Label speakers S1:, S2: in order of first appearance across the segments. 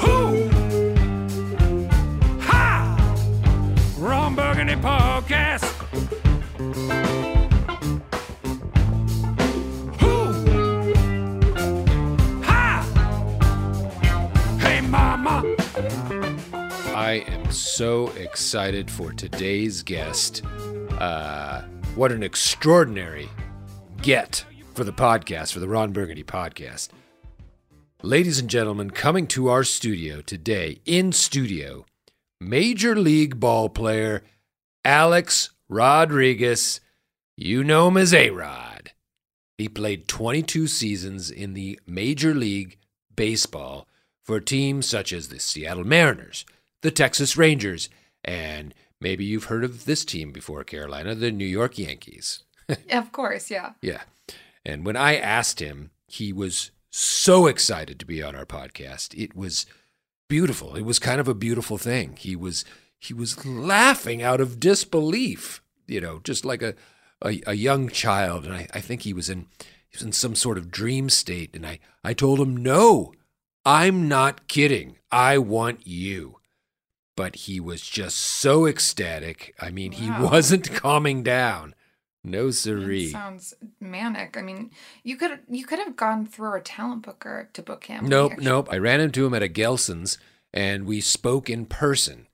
S1: Who? Ha! Ron Burgundy Podcast. Who? Ha! Hey, mama.
S2: I am so excited for today's guest. Uh, what an extraordinary get for the podcast, for the Ron Burgundy podcast. Ladies and gentlemen, coming to our studio today, in studio, Major League ball player Alex Rodriguez. You know him as A Rod. He played 22 seasons in the Major League Baseball for teams such as the Seattle Mariners, the Texas Rangers, and maybe you've heard of this team before, Carolina, the New York Yankees.
S3: Of course, yeah.
S2: Yeah. And when I asked him, he was so excited to be on our podcast. It was beautiful. It was kind of a beautiful thing. He was he was laughing out of disbelief, you know, just like a a, a young child. And I, I think he was in he was in some sort of dream state. And I, I told him, No, I'm not kidding. I want you. But he was just so ecstatic. I mean, he
S3: Wow.
S2: wasn't calming down. No
S3: It
S2: siree.
S3: sounds manic. I mean, you could you could have gone through a talent booker to book him.
S2: Nope,
S3: actually.
S2: nope. I ran into him at a Gelson's, and we spoke in person.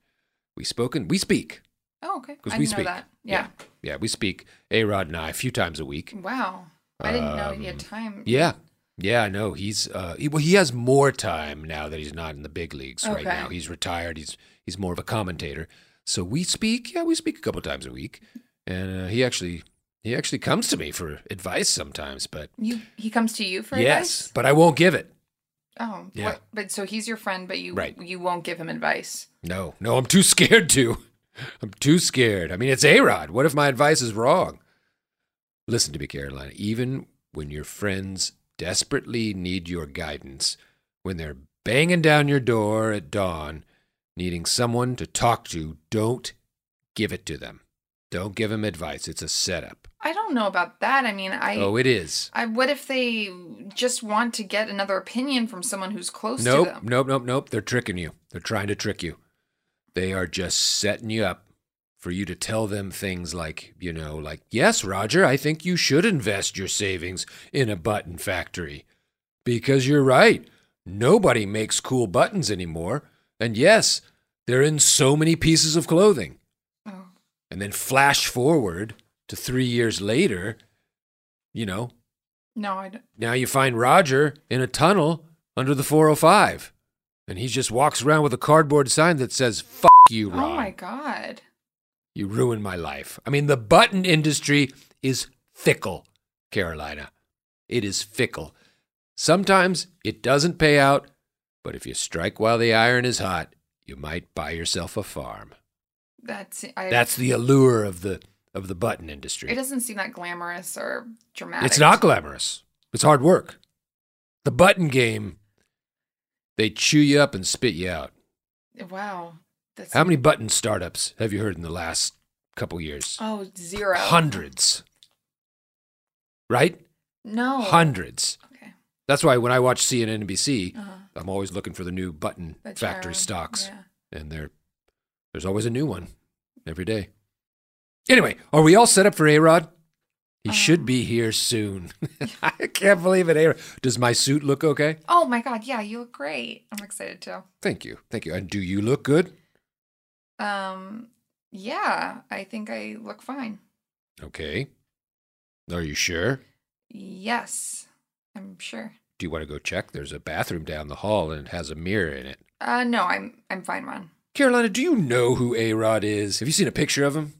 S2: We spoke in, we speak
S3: Oh, okay.
S2: because
S3: I
S2: we
S3: didn't know
S2: speak.
S3: that. Yeah.
S2: yeah, we speak. A Rod and I a few times a week.
S3: Wow. I didn't know he had
S2: Um,
S3: time.
S2: Yeah, yeah. No, he's uh, he, well, he has more time now that he's not in the big leagues right
S3: Okay.
S2: now. He's retired. He's he's more of a commentator. So we speak. Yeah, we speak a couple times a week, and uh, he actually he actually comes to me for advice sometimes. But
S3: You he comes to you for
S2: yes, but I won't give it.
S3: advice. Oh,
S2: Yeah.
S3: What, but so he's your friend, but you
S2: Right.
S3: you won't give him advice.
S2: No, no, I'm too scared to. I'm too scared. I mean, it's A Rod. What if my advice is wrong? Listen to me, Carolina. Even when your friends desperately need your guidance, when they're banging down your door at dawn, needing someone to talk to, don't give it to them. Don't give them advice. It's a setup.
S3: I don't know about that. I mean, I
S2: oh, it is.
S3: I what if they just want to get another opinion from someone who's close
S2: Nope,
S3: to them?
S2: nope, nope, nope. They're tricking you. They're trying to trick you. They are just setting you up for you to tell them things like, you know, like, yes, Roger, I think you should invest your savings in a button factory because you're right. Nobody makes cool buttons anymore. And yes, they're in so many pieces of clothing.
S3: Oh,
S2: And then flash forward to three years later, you know,
S3: no, I don't.
S2: now you find Roger in a tunnel under the 405. And he just walks around with a cardboard sign that says, Fuck you, Ron.
S3: Oh my god.
S2: You ruined my life. I mean, the button industry is fickle, Carolina. It is fickle. Sometimes it doesn't pay out, but if you strike while the iron is hot, you might buy yourself a farm.
S3: That's I,
S2: That's the allure of the of the button industry.
S3: It doesn't seem that glamorous or dramatic.
S2: It's not glamorous. It's hard work. The button game, they chew you up and spit you out.
S3: Wow. That's
S2: How many button startups have you heard in the last couple years?
S3: Oh, zero.
S2: Hundreds. Right?
S3: No.
S2: Hundreds.
S3: Oh. Okay.
S2: That's why when I watch CNN NBC,
S3: Uh-huh.
S2: I'm always looking for the new button
S3: That's
S2: factory
S3: our-
S2: stocks.
S3: yeah.
S2: And there, there's always a new one every day. Anyway, are we all set up for A-Rod? He should be here soon. I can't believe it, A-Rod. Does my suit look okay?
S3: Oh my god. Yeah, you look great. I'm excited too.
S2: Thank you. Thank you. And do you look good?
S3: Um. Yeah, I think I look fine.
S2: Okay. Are you sure?
S3: Yes, I'm sure.
S2: Do you want to go check? There's a bathroom down the hall and it has a mirror in it.
S3: Uh, no, I'm I'm fine, Ron.
S2: Carolina, do you know who A Rod is? Have you seen a picture of him?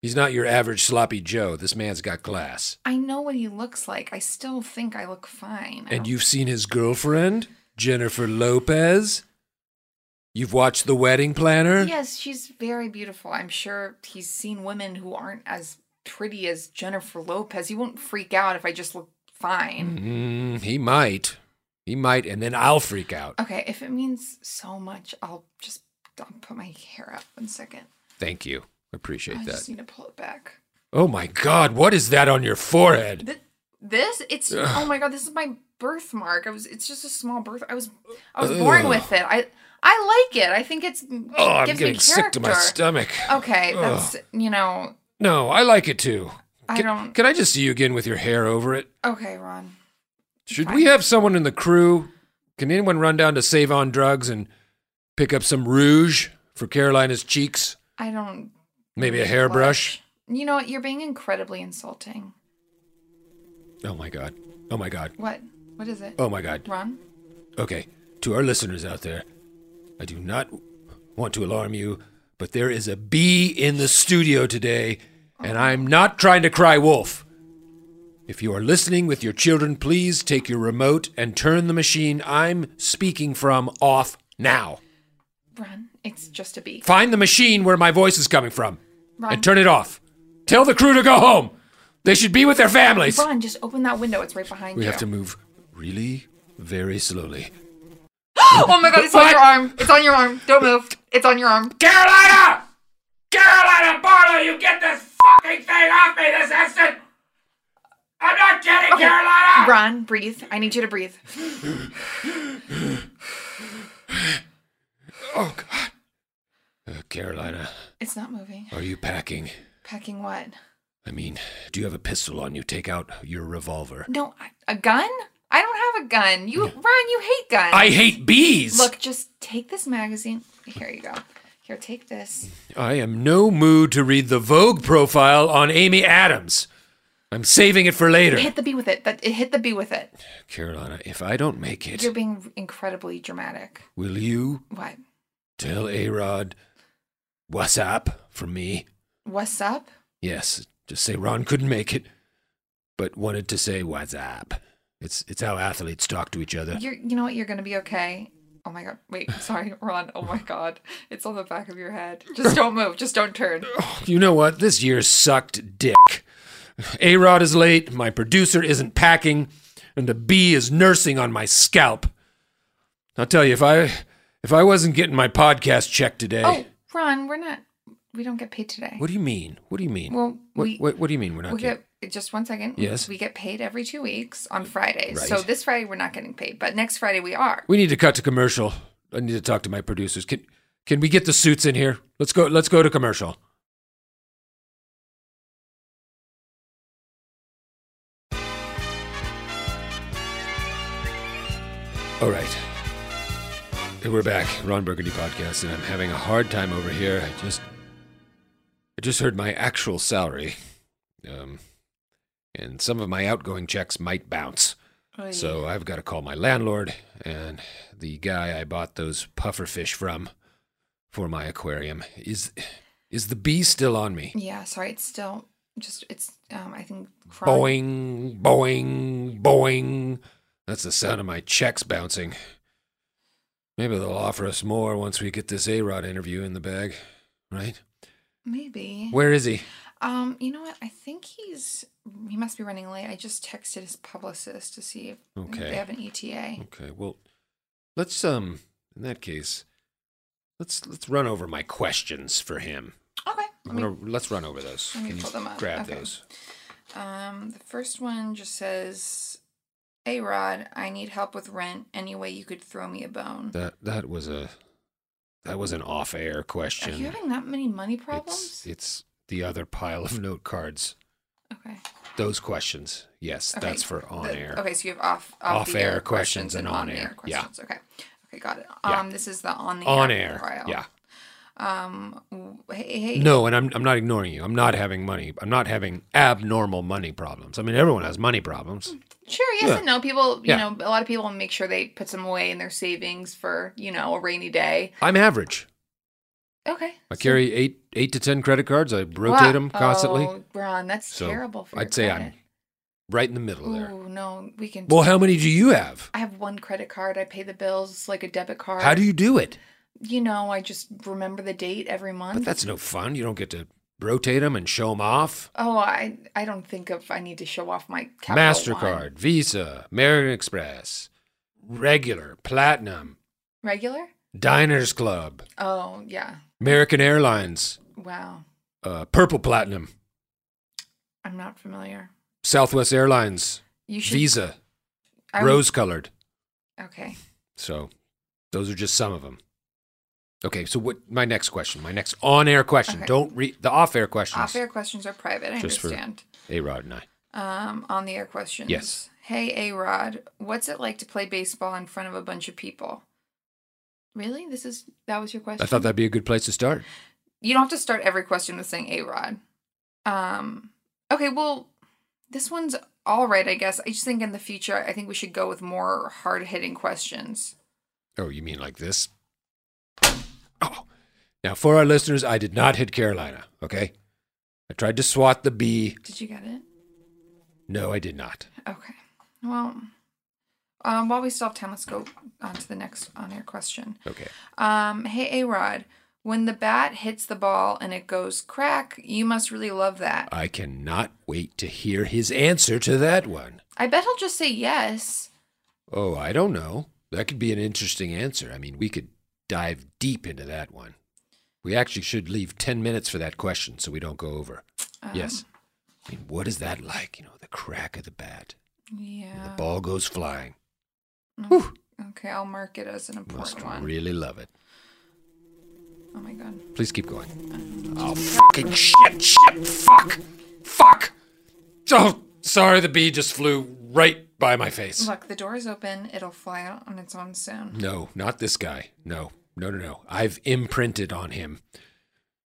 S2: He's not your average sloppy Joe. This man's got class.
S3: I know what he looks like. I still think I look fine. I
S2: And
S3: don't-
S2: you've seen his girlfriend, Jennifer Lopez? You've watched The Wedding Planner?
S3: Yes, she's very beautiful. I'm sure he's seen women who aren't as pretty as Jennifer Lopez. He won't freak out if I just look fine.
S2: Mm, he might. He might, and then I'll freak out.
S3: Okay, if it means so much, I'll just I'll put my hair up one second.
S2: Thank you. I appreciate
S3: I
S2: that.
S3: just need to pull it back.
S2: Oh my God, what is that on your forehead?
S3: Th- This it's oh my god, this is my birthmark. I was it's just a small birth. I was I was born
S2: Ugh.
S3: with it. I I like it. I think it's
S2: Oh, I'm
S3: gives
S2: getting
S3: me
S2: sick to my
S3: character. Uh,
S2: stomach.
S3: Okay, that's you know.
S2: No, I like it too.
S3: I
S2: Can,
S3: don't-
S2: can I just see you again with your hair over it?
S3: Okay, Ron.
S2: Should we have someone in the crew? Can anyone run down to Save on Drugs and pick up some rouge for Carolina's cheeks?
S3: I don't
S2: Maybe a hairbrush?
S3: You know what? You're being incredibly insulting.
S2: Oh my God. Oh my God.
S3: What? What is it?
S2: Oh my God.
S3: Ron?
S2: Okay, to our listeners out there, I do not want to alarm you, but there is a bee in the studio today, and I'm not trying to cry wolf. If you are listening with your children, please take your remote and turn the machine I'm speaking from off now.
S3: Ron, it's just a bee.
S2: Find the machine where my voice is coming from
S3: Ron,
S2: and turn it off. Tell the crew to go home. They should be with their families.
S3: Ron, just open that window. It's right behind
S2: We
S3: you.
S2: have to move really, very slowly.
S3: oh my god, it's on
S2: What?
S3: your arm. It's on your arm. Don't move. It's on your arm.
S2: Carolina! Carolina Barlow, you get this fucking thing off me this instant! I'm not kidding,
S3: Okay.
S2: Carolina!
S3: Ron, breathe. I need you to breathe.
S2: Oh, God. Uh, Carolina,
S3: It's not moving.
S2: are you packing?
S3: Packing what?
S2: I mean, do you have a pistol on you? Take out your revolver.
S3: No, I- a gun? I don't have a gun. You, Ron, you hate guns.
S2: I hate bees!
S3: Look, just take this magazine. Here you go. Here, take this.
S2: I am no mood to read the Vogue profile on Amy Adams. I'm saving it for later.
S3: Hit the bee with it. That it hit the bee with it.
S2: Carolina, if I don't make it,
S3: You're being incredibly dramatic.
S2: will you
S3: What?
S2: tell Arod what's up from me?
S3: What's up?
S2: Yes, just say Ron couldn't make it, but wanted to say what's up. It's it's how athletes talk to each other.
S3: You're, you know what? You're gonna be okay. Oh my god! Wait, sorry, Ron. Oh my god, it's on the back of your head. Just don't move. Just don't turn.
S2: You know what? This year sucked dick. A Rod is late, my producer isn't packing, and a bee is nursing on my scalp. I'll tell you, if I if I wasn't getting my podcast checked today,
S3: Oh, Ron, we're not. We don't get paid today.
S2: what do you mean? What do you mean?
S3: Well,
S2: what,
S3: we-
S2: what, what do you mean we're not
S3: we
S2: getting?
S3: get just one second.
S2: Yes. Uh,
S3: We get paid every two weeks on Fridays. So
S2: Right.
S3: this Friday we're not getting paid, but next Friday we are.
S2: We need to cut to commercial. I need to talk to my producers. Can can we get the suits in here? Let's go. Let's go to commercial. All right. And We're back, Ron Burgundy podcast, and I'm having a hard time over here. I just, I just heard my actual salary, um, and some of my outgoing checks might bounce. So I've got to call my landlord and the guy I bought those puffer fish from for my aquarium. Is is the bee still on me?
S3: Yeah, sorry, it's still just it's um I think crawling.
S2: Boing, boing, boing. That's the sound of my checks bouncing. Maybe they'll offer us more once we get this A Rod interview in the bag, right?
S3: Maybe.
S2: Where is he?
S3: Um, you know what? I think he's he must be running late. I just texted his publicist to see if
S2: Okay. Mm.
S3: they have an E ETA.
S2: Okay, well, let's um in that case, let's let's run over my questions for him.
S3: Okay.
S2: I'm
S3: Let me,
S2: gonna, let's run over those.
S3: let me
S2: Can you
S3: pull them up.
S2: grab
S3: Okay.
S2: those?
S3: um, the first one just says, "Hey Rod, I need help with rent. Any way you could throw me a bone?
S2: That that was a that was an off-air
S3: Are
S2: question.
S3: you having that many money problems?
S2: It's it's the other pile of note cards.
S3: okay.
S2: Those questions, yes,
S3: Okay,
S2: that's for
S3: the-
S2: on-air.
S3: Okay, so you have off off the
S2: Off-air
S3: air
S2: questions and on-air.
S3: on-air
S2: Yeah.
S3: questions. Okay. Okay, got it.
S2: Yeah.
S3: Um, this is the on the
S2: On air,
S3: file.
S2: yeah.
S3: Um, w- hey, hey.
S2: No, and I'm I'm not ignoring you. I'm not having money. I'm not having abnormal money problems. I mean, everyone has money
S3: Hmm.
S2: problems.
S3: Sure, yes
S2: Yeah.
S3: and no. People, you
S2: Yeah.
S3: know, a lot of people make sure they put some away in their savings for, you know, a rainy day.
S2: I'm average.
S3: Okay.
S2: I carry eight eight to ten credit cards. I rotate them constantly.
S3: Oh, Ron, that's
S2: So
S3: terrible for your
S2: I'd say I'm
S3: credit.
S2: right in the middle there.
S3: Ooh, no, we can.
S2: Well, how many do you have?
S3: I have one credit card. I pay the bills it's like a debit card.
S2: How do you do it?
S3: You know, I just remember the date every month.
S2: But that's no fun. You don't get to rotate them and show them off.
S3: Oh, I I don't think of. I need to show off my Capital
S2: Mastercard,
S3: One.
S2: Visa, American Express, regular, platinum,
S3: regular.
S2: Diners Club,
S3: Oh yeah,
S2: American Airlines,
S3: wow.
S2: uh, Purple Platinum,
S3: I'm not familiar.
S2: Southwest Airlines,
S3: You should
S2: Visa,
S3: I would-
S2: rose colored.
S3: Okay.
S2: So those are just some of them. Okay, so what? My next question, my next on-air question.
S3: Okay.
S2: Don't read the off-air questions.
S3: Off air questions are private. I
S2: Just for-
S3: understand.
S2: A Rod and I.
S3: Um, on the air questions.
S2: Yes.
S3: Hey, A Rod, what's it like to play baseball in front of a bunch of people? Really? This is that was your question.
S2: I thought that'd be a good place to start.
S3: you don't have to start every question with saying A Rod. Um, okay, well, this one's all right, I guess. I just think in the future, I think we should go with more hard hitting questions.
S2: Oh, you mean like this? Oh. Now, for our listeners, I did not hit Carolina, okay? I tried to swat the bee.
S3: Did you get it?
S2: No, I did not.
S3: Okay. Well, um, while we still have time, let's go on to the next on air question.
S2: Okay.
S3: Um, hey, A Rod, when the bat hits the ball and it goes crack, you must really love that.
S2: I cannot wait to hear his answer to that one.
S3: I bet he'll just say yes.
S2: Oh, I don't know. That could be an interesting answer. I mean, we could dive deep into that one. We actually should leave 10 minutes for that question so we don't go over.
S3: Oh.
S2: yes. I mean, what is that like? You know, the crack of the bat, and
S3: Yeah.
S2: the ball goes flying.
S3: Okay, I'll mark it as an
S2: Must
S3: important one.
S2: really love it.
S3: oh my god.
S2: Please keep going. Oh, fucking shit, shit, fuck, fuck. Oh, sorry, the bee just flew right by my face.
S3: Look, the door is open. It'll fly out on its own soon.
S2: No, not this guy. No, no, no, no. I've imprinted on him.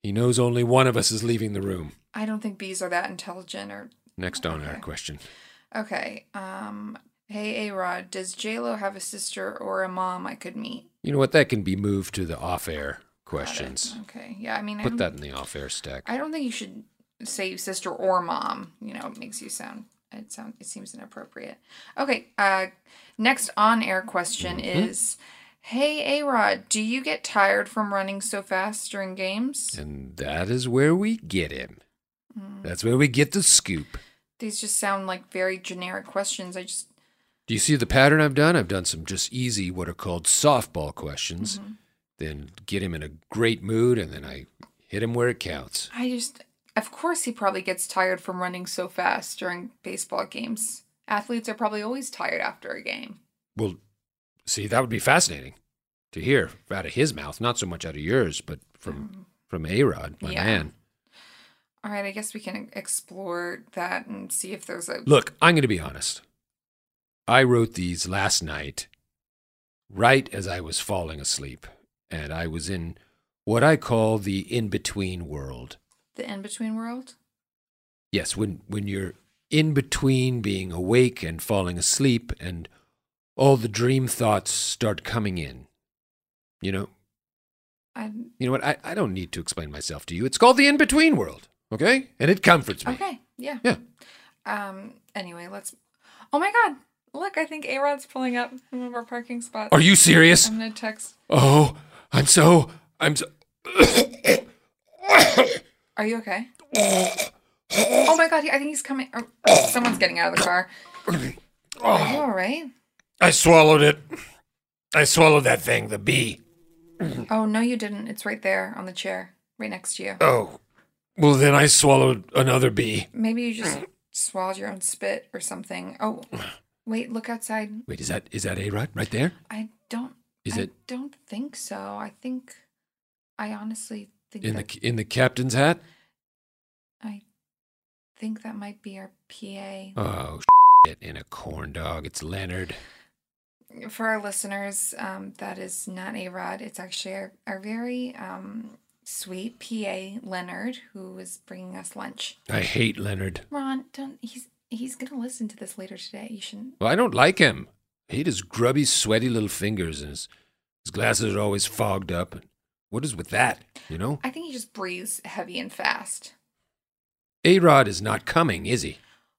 S2: He knows only one of us is leaving the room.
S3: I don't think bees are that intelligent or
S2: Next on our
S3: Okay.
S2: question.
S3: okay. Um hey A Rod, does J Lo have a sister or a mom I could meet?
S2: You know what? That can be moved to the off air
S3: Got it.
S2: questions.
S3: Okay. Yeah, I mean I
S2: Put
S3: don't,
S2: that in the off air stack.
S3: I don't think you should say sister or mom. You know, it makes you sound it sound it seems inappropriate. Okay, uh next on air question
S2: Mm-hmm.
S3: is Hey A Rod, do you get tired from running so fast during games?
S2: and that is where we get him.
S3: Hmm.
S2: That's where we get the scoop.
S3: These just sound like very generic questions. I just
S2: Do you see the pattern I've done? I've done some just easy, what are called softball questions, then get him in a great mood, and then I hit him where it counts.
S3: I just, of course, he probably gets tired from running so fast during baseball games. Athletes are probably always tired after a game.
S2: Well, see, that would be fascinating to hear out of his mouth, not so much out of yours, but from from A Rod, my
S3: Yeah.
S2: man.
S3: All right, I guess we can explore that and see if there's a.
S2: Look, I'm going to be honest. I wrote these last night, right as I was falling asleep, and I was in what I call the in between world.
S3: The in between world?
S2: Yes, when when you're in between being awake and falling asleep, and all the dream thoughts start coming in. You know,
S3: I,
S2: you know what? I, I don't need to explain myself to you. It's called the in between world, okay? And it comforts me.
S3: okay. Yeah.
S2: Yeah.
S3: Um. Anyway, let's. Oh my God! Look, I think A Rod's pulling up one of our parking spots.
S2: Are you serious?
S3: I'm gonna text.
S2: Oh, I'm so. I'm so.
S3: Are you okay? oh my God! he- I think he's coming. Oh, someone's getting out of the car. Are you all right?
S2: I swallowed it. I swallowed that thing, the bee.
S3: Oh no, you didn't. It's right there on the chair, right next to you.
S2: Oh. Well, then I swallowed another bee.
S3: Maybe you just swallowed your own spit or something. Oh, wait! Look outside.
S2: Wait, is that is that A Rod right there?
S3: I don't.
S2: Is
S3: I
S2: it-
S3: don't think so. I think. I honestly think
S2: In
S3: that,
S2: the in the captain's hat?
S3: I think that might be our PA.
S2: Oh shit! In a corn dog. It's Leonard.
S3: For our listeners, um, that is not A Rod. It's actually our, our very um, sweet PA, Leonard, who is bringing us lunch.
S2: I hate Leonard.
S3: Ron, don't. He's he's gonna listen to this later today. You shouldn't.
S2: Well, I don't like him. I hate his grubby, sweaty little fingers, and his his glasses are always fogged up. What is with that? You know,
S3: I think he just breathes heavy and fast.
S2: A Rod is not coming, is he?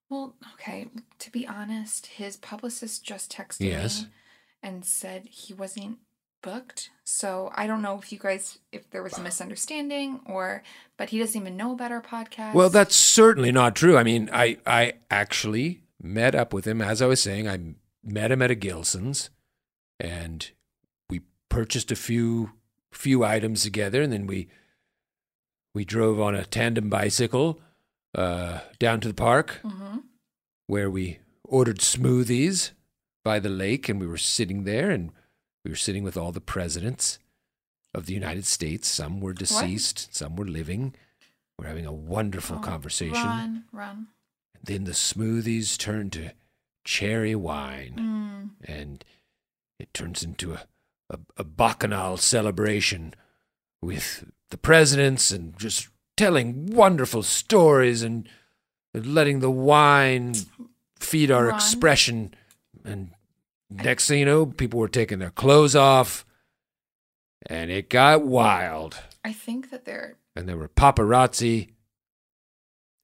S3: Well, okay. To be honest, his publicist just texted
S2: Yes.
S3: me and said he wasn't booked. So I don't know if you guys, if there was a misunderstanding or, but he doesn't even know about our podcast.
S2: Well, that's certainly not true. I mean, I I actually met up with him as I was saying. I met him at a Gilson's, and we purchased a few few items together, and then we we drove on a tandem bicycle uh, down to the park
S3: hmm
S2: where we ordered smoothies by the lake, and we were sitting there, and we were sitting with all the presidents of the United States. Some were deceased, some were living. We're having a
S3: Oh,
S2: wonderful conversation.
S3: Run, run.
S2: Then the smoothies turn to cherry wine,
S3: Mm.
S2: and it turns into a, a, a bacchanal celebration with the presidents and just telling wonderful stories and letting the wine feed our
S3: Ron?
S2: expression. And next thing you know, people were taking their clothes off, and it got wild.
S3: I think that they're,
S2: And there were paparazzi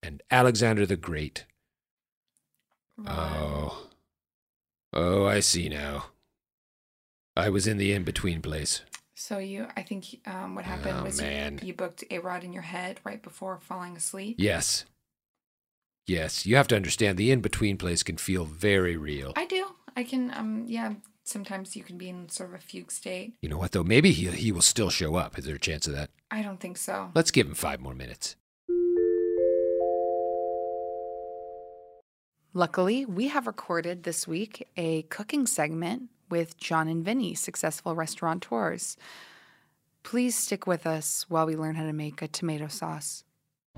S2: and Alexander the Great.
S3: Ron,
S2: Oh. Oh, I see now. I was in the in between place.
S3: so you, I think um, what happened
S2: Oh,
S3: was
S2: man.
S3: You, you booked A Rod in your head right before falling asleep.
S2: Yes. Yes, you have to understand the in between place can feel very real.
S3: I do. I can, um, yeah, sometimes you can be in sort of a fugue state.
S2: You know what, though? Maybe he, he will still show up. Is there a chance of that?
S3: I don't think so.
S2: Let's give him five more minutes.
S4: Luckily, we have recorded this week a cooking segment with John and Vinny, successful restaurateurs. Please stick with us while we learn how to make a tomato sauce.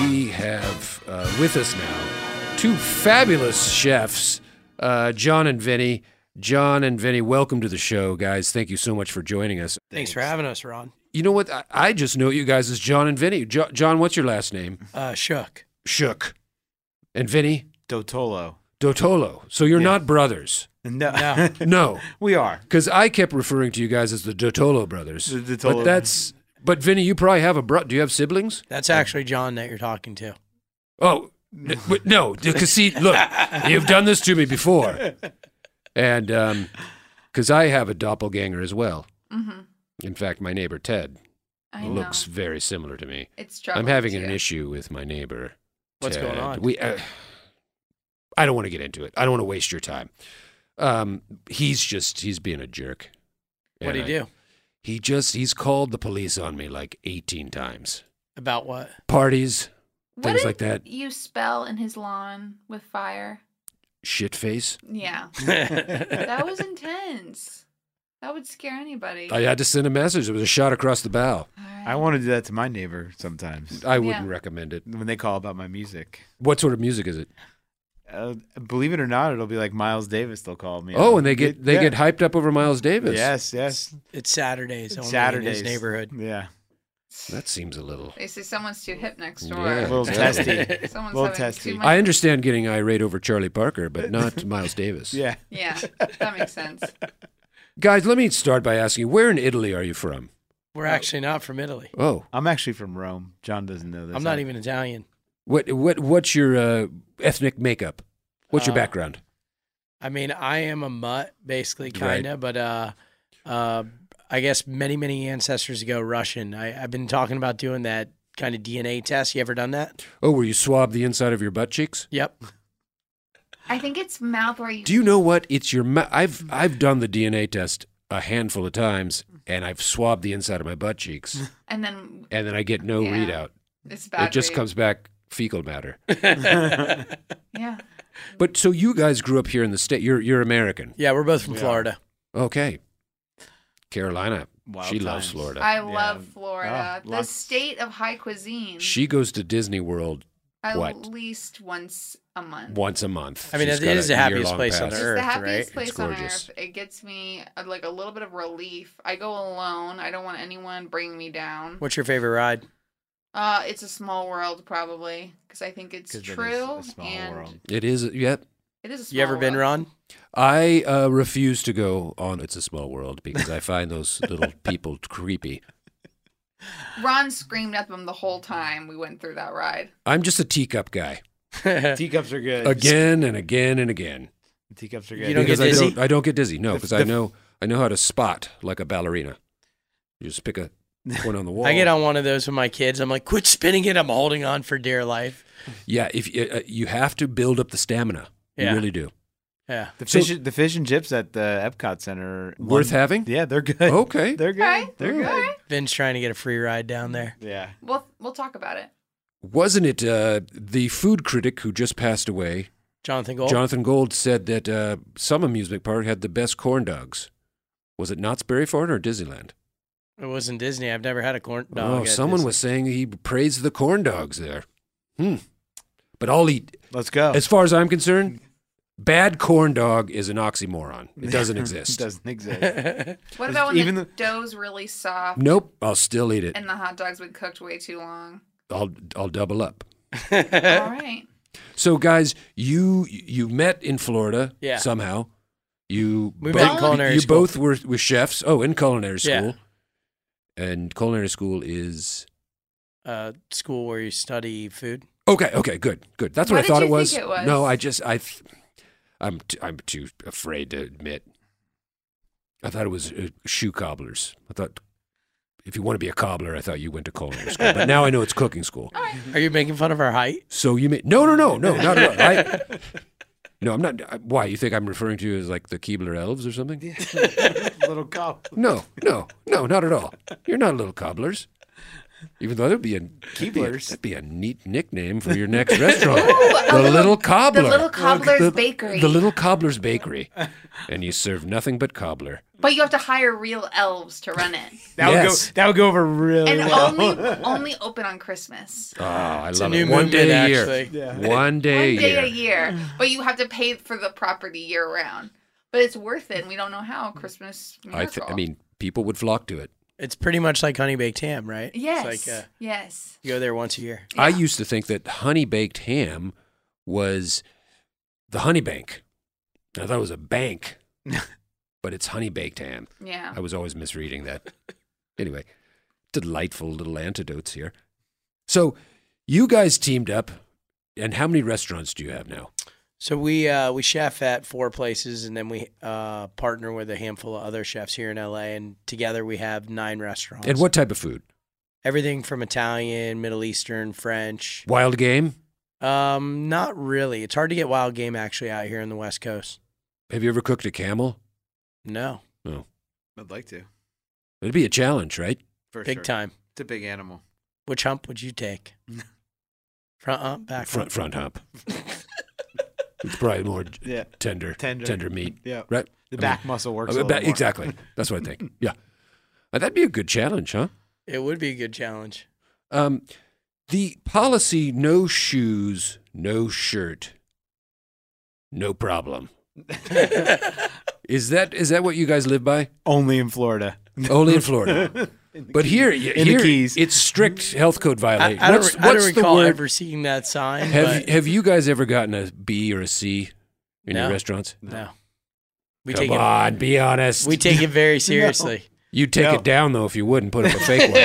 S2: We have uh, with us now two fabulous chefs, uh, John and Vinny. John and Vinny, welcome to the show, guys. Thank you so much for joining us.
S5: Thanks for having us, Ron.
S2: You know what? I, I just know you guys as John and Vinny. Jo- John, what's your last name?
S5: Uh, Shuck.
S2: Shook. And Vinny?
S6: Dotolo.
S2: Dotolo. So you're not brothers.
S6: No,
S5: No.
S2: No.
S6: we are.
S2: Because I kept referring to you guys as the Dotolo brothers.
S6: The
S2: But
S6: Dotolo-
S2: that's. But Vinny, you probably have a bro. Do you have siblings?
S5: That's actually John that you're talking to.
S2: Oh n- but no, because see, look, you've done this to me before, and because I have a doppelganger as well.
S3: Mm-hmm.
S2: In fact, my neighbor Ted
S3: I know.
S2: looks very similar to me.
S3: It's
S2: I'm
S3: troubling
S2: having
S3: to
S2: an
S3: you.
S2: issue with my neighbor.
S5: What's going
S2: Ted.
S5: on?
S2: We. Uh, I don't want to get into it. I don't want to waste your time. Um, he's just he's being a jerk.
S5: What do you
S2: And I-
S5: do?
S2: He just he's called the police on me like 18 times.
S5: About what?
S2: Parties,
S3: What
S2: things
S3: did
S2: like that.
S3: You spell in his lawn with fire.
S2: Shit face.
S3: Yeah,
S5: That's
S3: that was intense. That would scare anybody.
S2: I had to send a message. It was a shot across the bow.
S3: All right.
S6: I want to do that to my neighbor sometimes
S2: I wouldn't
S3: Yeah.
S2: recommend it.
S6: when they call about my music.
S2: What sort of music is it?
S6: Uh, believe it or not, it'll be like Miles Davis. They'll call me.
S2: Oh, and they get
S6: It-
S2: they
S6: yeah.
S2: get hyped up over Miles Davis.
S6: Yes, yes.
S5: it's Saturdays only
S6: Saturdays.
S5: in his neighborhood.
S6: Yeah,
S2: That seems a little.
S3: They say someone's too hip next door.
S2: Yeah,
S6: a little
S2: exactly.
S6: testy.
S3: Someone's
S6: little
S3: having
S6: testy.
S3: too much.
S2: I understand getting irate over Charlie Parker, but not Miles Davis.
S6: Yeah,
S3: Yeah, that makes sense.
S2: Guys, let me start by asking, where in Italy are you from?
S5: We're actually not from Italy.
S2: Oh,
S6: I'm actually from Rome. John doesn't know this.
S5: I'm not even Italian.
S2: what what what's your uh, ethnic makeup? What's your
S5: Uh,
S2: background?
S5: I mean, I am a mutt, basically,
S2: Right.
S5: kind of, but uh, uh, I guess many, many ancestors ago, Russian. I, I've been talking about doing that kind of DNA test. You ever done that?
S2: Oh, were you swabbed the inside of your butt cheeks?
S5: Yep.
S3: I think it's mouth where you.
S2: Do you know what? It's your mouth. I've I've done the DNA test a handful of times, and I've swabbed the inside of my butt cheeks,
S3: and then
S2: and then I get no
S3: Yeah.
S2: readout.
S3: it's bad.
S2: It just
S3: for you.
S2: comes back fecal matter.
S3: Yeah.
S2: But so you guys grew up here in the state. You're you're American.
S5: Yeah, we're both from Florida.
S2: Okay. Carolina.
S6: Wild
S2: she loves
S6: times.
S2: Florida.
S3: I
S6: Yeah.
S3: love Florida,
S6: Ah,
S3: the
S6: lots-
S3: state of high cuisine.
S2: she goes to Disney World
S3: at
S2: what?
S3: least once a month.
S2: once a month.
S5: I mean,
S2: She's
S5: it
S2: got
S5: is
S2: a
S5: the happiest
S2: year-long
S5: place on
S2: pass.
S3: It's
S5: Earth,
S3: the happiest
S5: right?
S3: place
S2: It's
S3: on
S2: gorgeous.
S3: earth. It gets me uh, like a little bit of relief. I go alone. I don't want anyone bringing me down.
S5: What's your favorite ride?
S3: Uh, it's a small world probably because I think it's
S6: 'Cause it is a
S3: true
S6: small
S3: and
S6: world.
S2: It is. Yep.
S3: it is a small
S5: You ever been,
S3: world.
S5: Ron?
S2: I uh, refuse to go on It's a Small World because I find those little people creepy.
S3: Ron screamed at them the whole time we went through that ride.
S2: I'm just a teacup guy
S6: Teacups are good.
S2: again and again and again.
S6: Teacups are
S5: You
S6: good.
S5: don't get
S2: because I
S5: dizzy?
S2: don't I don't get dizzy. No,
S6: The-
S2: because I
S6: the-
S2: know I know how to spot like a ballerina. You just pick a point on the wall.
S5: I get on one of those with my kids. I'm like, quit spinning it. I'm holding on for dear life.
S2: Yeah, if uh, you have to build up the stamina,
S5: Yeah.
S2: you really do.
S5: Yeah.
S6: The
S2: So-
S6: fish, the fish and chips at the Epcot Center are one-
S2: Worth having?
S6: Yeah, they're good.
S2: Okay.
S6: they're good.
S3: Alright,
S6: They're good.
S3: alright.
S5: Ben's trying to get a free ride down there.
S6: Yeah.
S3: We'll we'll talk about it.
S2: Wasn't it uh, the food critic who just passed away,
S5: Jonathan Gold.
S2: Jonathan Gold, said that uh, some amusement park had the best corn dogs? Was it Knott's Berry Farm or Disneyland?
S5: it wasn't Disney. I've never had a corn dog.
S2: oh,
S5: at
S2: someone
S5: Disney.
S2: was saying he praised the corn dogs there. Hmm. But I'll eat.
S6: Let's go.
S2: As far as I'm concerned, bad corn dog is an oxymoron. It doesn't
S6: it
S2: exist.
S6: doesn't exist.
S3: What
S6: Is-
S3: about when
S6: even
S3: the,
S6: the-
S3: dough's really soft
S2: Nope. I'll still eat it.
S3: and the hot dog's been cooked way too long?
S2: I'll I'll double up.
S3: All right.
S2: So guys, you you met in Florida
S5: Yeah.
S2: somehow. You
S5: We met in culinary
S2: you
S5: school.
S2: both were were chefs. Oh, in culinary
S5: Yeah.
S2: school. And culinary school is
S5: uh, school where you study food.
S2: Okay, okay, good. Good. That's what,
S3: What
S2: I
S3: did
S2: thought
S3: you
S2: it was.
S3: think it was?
S2: No, I just I th- I'm t- I'm too afraid to admit. I thought it was uh, shoe cobblers. I thought if you want to be a cobbler, I thought you went to culinary school, but now I know it's cooking school.
S5: Are you making fun of our height?
S2: So you may no, no, no, no, not at all. I, no, I'm not. I, why you think I'm referring to you as like the Keebler elves or something?
S6: Little cop.
S2: No, no, no, not at all. You're not little cobblers. Even though that'd be a Keeblers. That'd be a, neat nickname for your next restaurant. the little, cobbler.
S3: the Little Cobbler's
S2: The-
S3: Bakery.
S2: The little cobbler's bakery. And you serve nothing but cobbler.
S3: But you have to hire real elves to run it,
S6: That
S2: Yes.
S6: would go. That would go over
S5: Oh,
S6: really
S3: and
S6: well.
S3: only only open on Christmas.
S2: Oh, I
S5: It's a
S2: love
S5: new
S2: it. One day a
S5: movement,
S2: year.
S5: actually. Yeah.
S2: One day
S3: One day
S2: a
S3: a
S2: year.
S3: year,
S5: Hmm.
S3: but you have to pay for the property year round. But it's worth it. and We don't know how Christmas.
S2: I, th- I mean, people would flock to it.
S5: It's pretty much like honey baked ham, right?
S3: yes,
S5: It's like uh,
S3: yes.
S5: you go there once a year.
S2: I used to think that honey baked ham was the honey bank. I thought it was a bank, but it's honey baked ham.
S3: Yeah.
S2: I was always misreading that. Anyway, delightful little antidotes here. So, you guys teamed up, and how many restaurants do you have now?
S5: So we uh, we chef at four places, and then we uh, partner with a handful of other chefs here in LA, and together we have nine restaurants.
S2: And what type of food?
S5: Everything from Italian, Middle Eastern, French.
S2: Wild game?
S5: Um, not really. It's hard to get wild game actually out here on the West Coast.
S2: Have you ever cooked a camel?
S5: No,
S2: No.
S6: I'd like to.
S2: It'd be a challenge, right?
S6: For
S5: big
S6: sure.
S5: time.
S6: It's a big animal.
S5: Which hump would you take? Front hump, back
S2: Front
S5: hump.
S2: front hump. it's probably more j-
S6: Yeah.
S2: tender,
S6: Tender.
S2: meat.
S6: Yeah.
S2: right.
S6: The
S2: I
S6: back
S2: mean-
S6: muscle works.
S2: I mean,
S6: a
S2: ba-
S6: little more.
S2: Uh, exactly. That's what I think. Yeah, Uh, that'd be a good challenge, huh?
S5: It would be a good challenge.
S2: Um, the policy: no shoes, no shirt, no problem. is that is that what you guys live by?
S6: Only in Florida.
S2: Only in Florida. But here, y-
S6: In the
S2: here
S6: Keys.
S2: it's strict health code
S5: I,
S2: violation.
S5: I don't,
S2: what's
S5: re- I
S2: what's
S5: don't
S2: the
S5: recall
S2: word?
S5: ever seeing that sign.
S2: have
S5: but
S2: Have you guys ever gotten a B or a C in your
S5: No.
S2: restaurants?
S5: no, we
S2: Come
S5: take
S2: on, be
S5: it.
S2: honest.
S5: We take it very seriously.
S2: You'd take
S6: No.
S2: it down though if you wouldn't put up a fake one.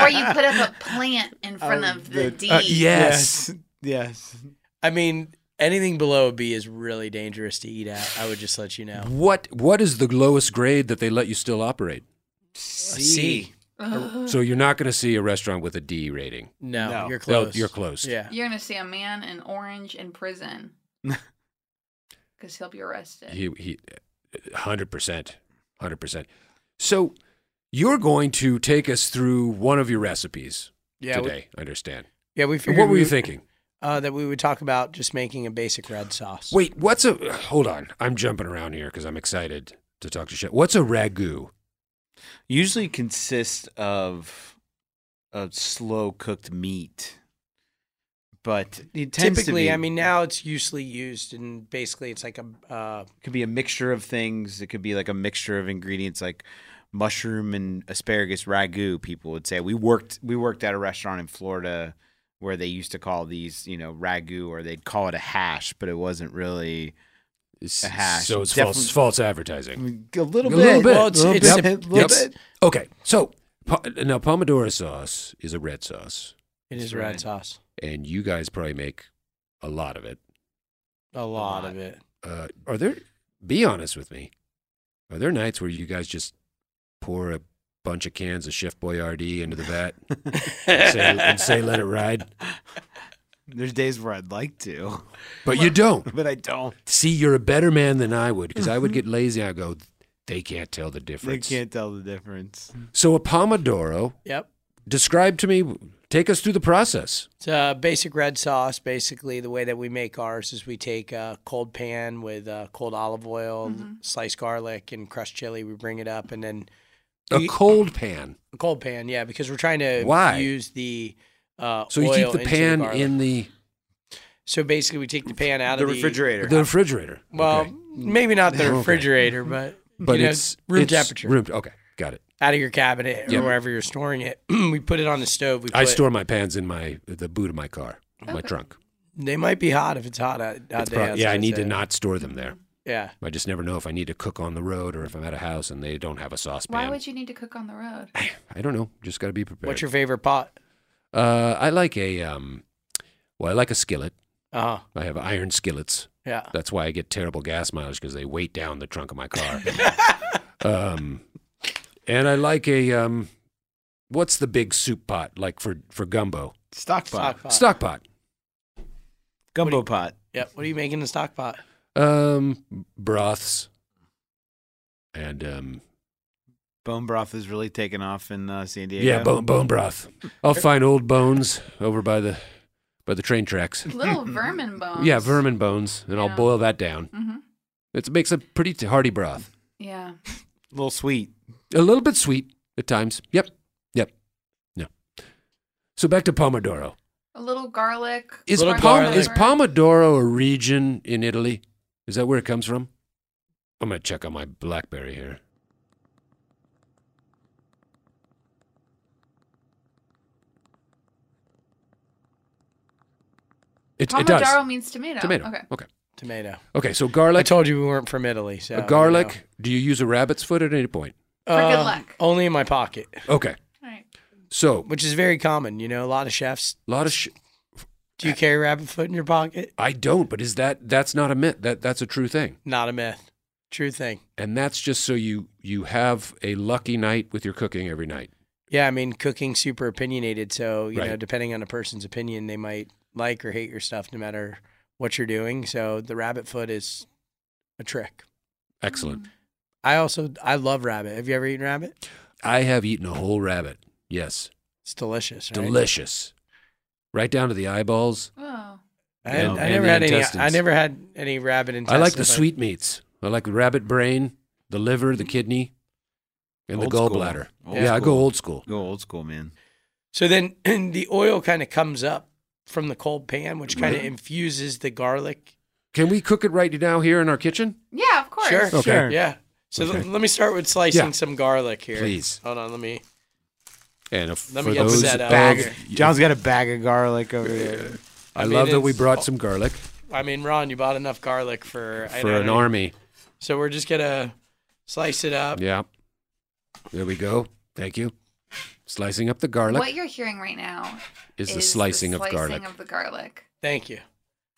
S3: or you put up a plant
S5: Oh,
S3: in front of the, D.
S2: Uh, yes.
S6: Yes.
S5: I mean, anything below a B is really dangerous to eat at. I would just let you know.
S2: What What is the lowest grade that they let you still operate?
S5: A C.
S2: So you're not going to see a restaurant with a D rating.
S5: No,
S6: No.
S5: you're
S2: No,
S5: close.
S2: you're closed.
S5: Yeah.
S3: You're gonna see a man in orange in prison because he'll be arrested.
S2: He he, hundred percent, hundred percent. So you're going to take us through one of your recipes
S5: Yeah. We,
S2: today. I understand.
S5: yeah. We
S2: And
S5: figured.
S2: what were
S5: we
S2: you
S5: would-
S2: thinking?
S5: Uh, that we would talk about just making a basic red sauce.
S2: Wait, what's a? Hold on, I'm jumping around here because I'm excited to talk to Chef. What's a ragu?
S6: Usually consists of a slow cooked meat, but it tends
S5: Typically,
S6: to be,
S5: I mean, now it's usually used, and basically, it's like a uh,
S6: it could be a mixture of things. It could be like a mixture of ingredients, like mushroom and asparagus ragu. People would say we worked we worked at a restaurant in Florida where they used to call these, you know, ragu, or they'd call it a hash, but it wasn't really
S2: It's-
S6: A hash.
S2: So it's
S6: Defi-
S2: false false advertising.
S6: a little
S2: A
S6: bit.
S2: little bit.
S5: Well, it's-
S2: little
S5: it's
S2: bit.
S5: a-
S2: Yep.
S6: little
S2: It's-
S6: bit.
S2: Okay, so po- now pomodoro sauce is a red sauce,
S5: it is
S6: That's
S5: red
S6: right.
S5: sauce.
S2: and you guys probably make a lot of it.
S5: A lot of it.
S2: Uh, are there? Be honest with me. Are there nights where you guys just pour a bunch of cans of Chef Boyardee into the vat and, say, and say "Let it ride,"
S6: There's days where I'd like to,
S2: but you don't.
S6: but I don't.
S2: See, you're a better man than I would because I would get lazy. I go, they can't tell the
S6: They
S2: difference.
S6: can't tell the difference.
S2: So a pomodoro.
S5: Yep.
S2: Describe to me. Take us through the process.
S5: It's a basic red sauce. Basically, the way that we make ours is we take a cold pan with uh, cold olive oil, sliced garlic, and crushed chili. We bring it up, and then
S2: A
S5: You-
S2: cold pan.
S5: a cold pan, yeah, because we're trying to
S2: Why?
S5: use the uh,
S2: So you keep
S5: oil
S2: the
S5: into
S2: pan
S5: garlic.
S2: in the
S5: So basically, we take the pan out of the
S6: refrigerator.
S2: the refrigerator.
S5: Well,
S2: Okay.
S5: maybe not the
S2: Okay.
S5: refrigerator, but
S2: but
S5: you know,
S2: it's
S5: room
S2: it's
S5: temperature
S2: Room, okay, got it.
S5: out of your cabinet or
S2: Yep.
S5: wherever you're storing it. we put it on the stove. We put,
S2: I store my pans in my the boot of my car, my trunk.
S5: They might be hot if it's hot out, out
S2: It's
S5: there.
S2: prob-
S5: that's
S2: yeah,
S5: what
S2: I need to
S5: said.
S2: not store them there.
S5: Yeah.
S2: I just never know if I need to cook on the road or if I'm at a house and they don't have a saucepan.
S3: Why would you need to cook on the road?
S2: I don't know. Just got to be prepared.
S5: What's your favorite pot?
S2: Uh, I like a um, well, I like a skillet.
S5: Uh-huh.
S2: I have iron skillets.
S5: Yeah.
S2: That's why I get terrible gas mileage because they weight down the trunk of my car. um, and I like a um, what's the big soup pot like for for gumbo?
S6: Stock pot.
S5: Stock pot.
S2: Stock pot.
S6: Gumbo pot.
S5: Yep. What are you making in stock pot?
S2: Um, broths. And um,
S6: Bone broth is really taken off in uh, San Diego.
S2: yeah, bone bone broth. I'll find old bones over by the by the train tracks.
S3: Little vermin bones.
S2: Yeah, vermin bones, and I'll
S3: Yeah.
S2: boil that down.
S3: Mm-hmm.
S2: It makes a pretty t- hearty broth.
S3: Yeah.
S6: A little sweet.
S2: A little bit sweet at times. Yep. Yep. No. So back to Pomodoro.
S3: A little garlic.
S2: Is,
S5: Little
S3: spread
S2: Pom-
S5: garlic.
S3: over.
S2: is Pomodoro a region in Italy? Is that where it comes from? I'm going to check on my Blackberry here. It,
S3: Pomodoro
S2: it does.
S3: means tomato.
S2: Tomato.
S3: Okay.
S2: Okay.
S5: Tomato.
S2: Okay. So
S5: I
S2: garlic.
S5: told you we weren't from Italy. So
S2: a garlic. Do you use a rabbit's foot at any point?
S5: you know.
S3: For good
S5: Uh,
S3: luck.
S5: Only in my pocket,
S2: Okay.
S3: All right.
S2: So
S5: which is very common. You know, a lot of chefs.
S2: a lot of sh-
S5: Do you carry rabbit foot in your pocket?
S2: I don't, but is that that's not a myth? That that's a true thing,
S5: Not a myth. True thing.
S2: and that's just so you you have a lucky night with your cooking every night.
S5: Yeah, I mean, cooking's super opinionated. So, you know,
S2: Right.
S5: depending on a person's opinion, they might like or hate your stuff no matter what you're doing. So, the rabbit foot is a trick.
S2: Excellent.
S5: I also, I love rabbit. Have you ever eaten rabbit?
S2: I have eaten a whole rabbit. Yes,
S5: It's delicious. Right?
S2: delicious, right down to the eyeballs.
S3: Oh.
S5: I, I
S2: Yeah, and
S5: never
S2: the
S5: had any. I
S2: intestines.
S5: never had any rabbit intestines.
S2: I like the
S5: but-
S2: sweetmeats. I like the rabbit brain, the liver, the kidney, and
S6: Old
S2: the
S6: school.
S2: gallbladder.
S6: Old
S2: yeah, I go
S6: school.
S2: old school.
S6: Go old school, man.
S5: So then the oil kind of comes up from the cold pan, which kind of infuses the garlic.
S2: Can we cook it right now here in our kitchen?
S3: Yeah, of course.
S5: Sure.
S2: Okay.
S6: Sure.
S5: Yeah. So
S2: Okay.
S5: l- let me start with slicing
S2: Yeah.
S5: some garlic here.
S2: Please.
S5: Hold on. Let me.
S2: And if,
S5: Let
S2: for
S5: me get
S2: those
S5: that out.
S2: of-
S6: John's got a bag of garlic over there.
S2: I,
S5: I mean,
S2: love that we
S5: it's-
S2: brought some garlic
S5: I mean, Ron, you bought enough garlic for I
S2: for
S5: don't
S2: an
S5: know.
S2: army.
S5: So we're just gonna slice it up.
S2: Yeah. There we go. Thank you. Slicing up the garlic
S3: What you're hearing right now
S2: is the slicing, of garlic.
S3: of the garlic.
S5: Thank you.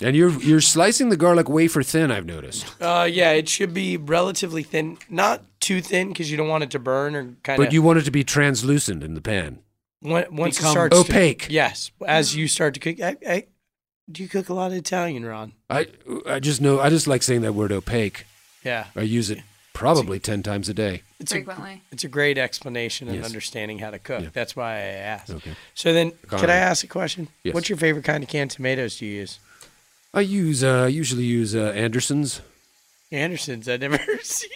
S2: and you're you're slicing the garlic wafer thin, I've noticed.
S5: Uh, yeah, it should be relatively thin, not too thin, because you don't want it to burn or kind of.
S2: But you want it to be translucent in the pan.
S5: once
S6: Become
S5: it starts to-
S2: opaque.
S5: yes, as you start to cook. I, I, do you cook a lot of Italian, Ron?
S2: I I just know I just like saying that word opaque.
S5: Yeah,
S2: I use it probably 10 times a day.
S5: it's a
S3: Frequently.
S5: It's a great explanation and
S2: Yes.
S5: understanding how to cook.
S2: Yeah.
S5: That's why I asked.
S2: Okay.
S5: So then,
S2: Got
S5: can I
S2: it.
S5: ask a question?
S2: Yes.
S5: What's your favorite kind of canned tomatoes do you use?
S2: I use uh I usually use uh, Anderson's.
S5: Anderson's. I've never seen.